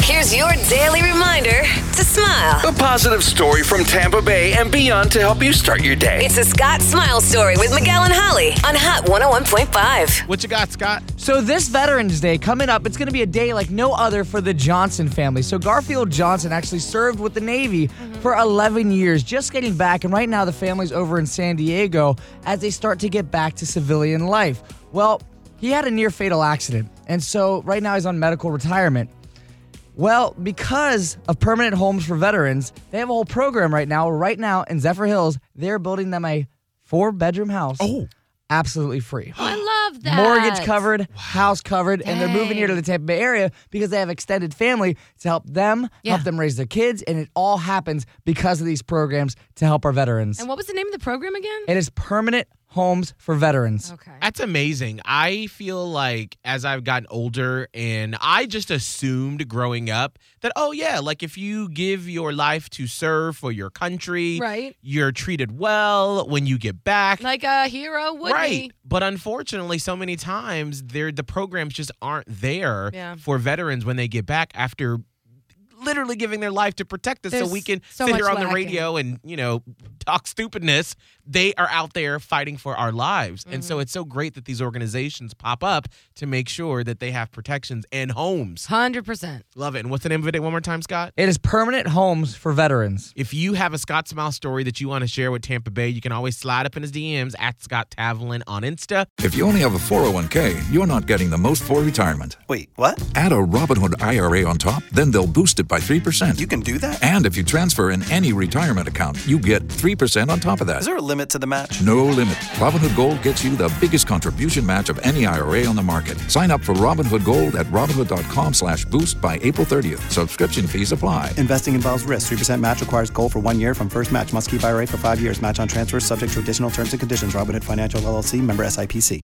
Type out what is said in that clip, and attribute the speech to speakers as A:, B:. A: Here's your daily reminder to smile.
B: A positive story from Tampa Bay and beyond to help you start your day.
A: It's a Scott Smile Story with Miguel and Holly on Hot 101.5.
C: What you got, Scott?
D: So this Veterans Day coming up, it's going to be a day like no other for the Johnson family. So Garfield Johnson actually served with the Navy for 11 years, just getting back, and right now the family's over in San Diego as they start to get back to civilian life. Well, he had a near fatal accident, and so right now he's on medical retirement. Well, because of permanent homes for veterans, they have a whole program right now. Right now in Zephyr Hills, they're building them a four-bedroom house. Oh, absolutely free.
E: I love that.
D: Mortgage covered, house covered, and they're moving here to
E: Dang.
D: the Tampa Bay area because they have extended family to help them,
E: Yeah.
D: help them raise their kids, and it all happens because of these programs to help our veterans.
E: And what was the name of the program again?
D: it is permanent homes for veterans.
E: Okay.
C: That's amazing. I feel like as I've gotten older, and I just assumed growing up that, oh, yeah, like if you give your life to serve for your country,
E: Right.
C: you're treated well when you get back.
E: Like a hero would
C: right.
E: be.
C: But unfortunately, so many times there the programs just aren't there
E: Yeah.
C: for veterans when they get back after literally giving their life to protect us
E: There's
C: so we can
E: so
C: sit
E: much
C: here on the
E: lacking.
C: radio and, you know, talk stupidness. They are out there fighting for our lives. And
E: Mm.
C: so it's so great that these organizations pop up to make sure that they have protections and homes.
E: 100%.
C: Love it. And what's the name of it one more time, Scott?
D: It is permanent homes for veterans.
C: If you have a Scott Smile story that you want to share with Tampa Bay, you can always slide up in his DMs at Scott Tavlin on Insta.
F: If you only have a 401k, you're not getting the most for retirement.
G: Wait, what?
F: Add a Robinhood IRA on top, then they'll boost it by 3%.
G: You can do that?
F: and if you transfer in any retirement account, you get 3% on top of that.
G: Is there a limit to the match?
F: No limit. Robinhood Gold gets you the biggest contribution match of any IRA on the market. Sign up for Robinhood Gold at Robinhood.com slash boost by April 30th. Subscription fees apply.
H: Investing involves risk. 3% match requires gold for one year from first match. Must keep IRA for five years. Match on transfers subject to additional terms and conditions. Robinhood Financial LLC member SIPC.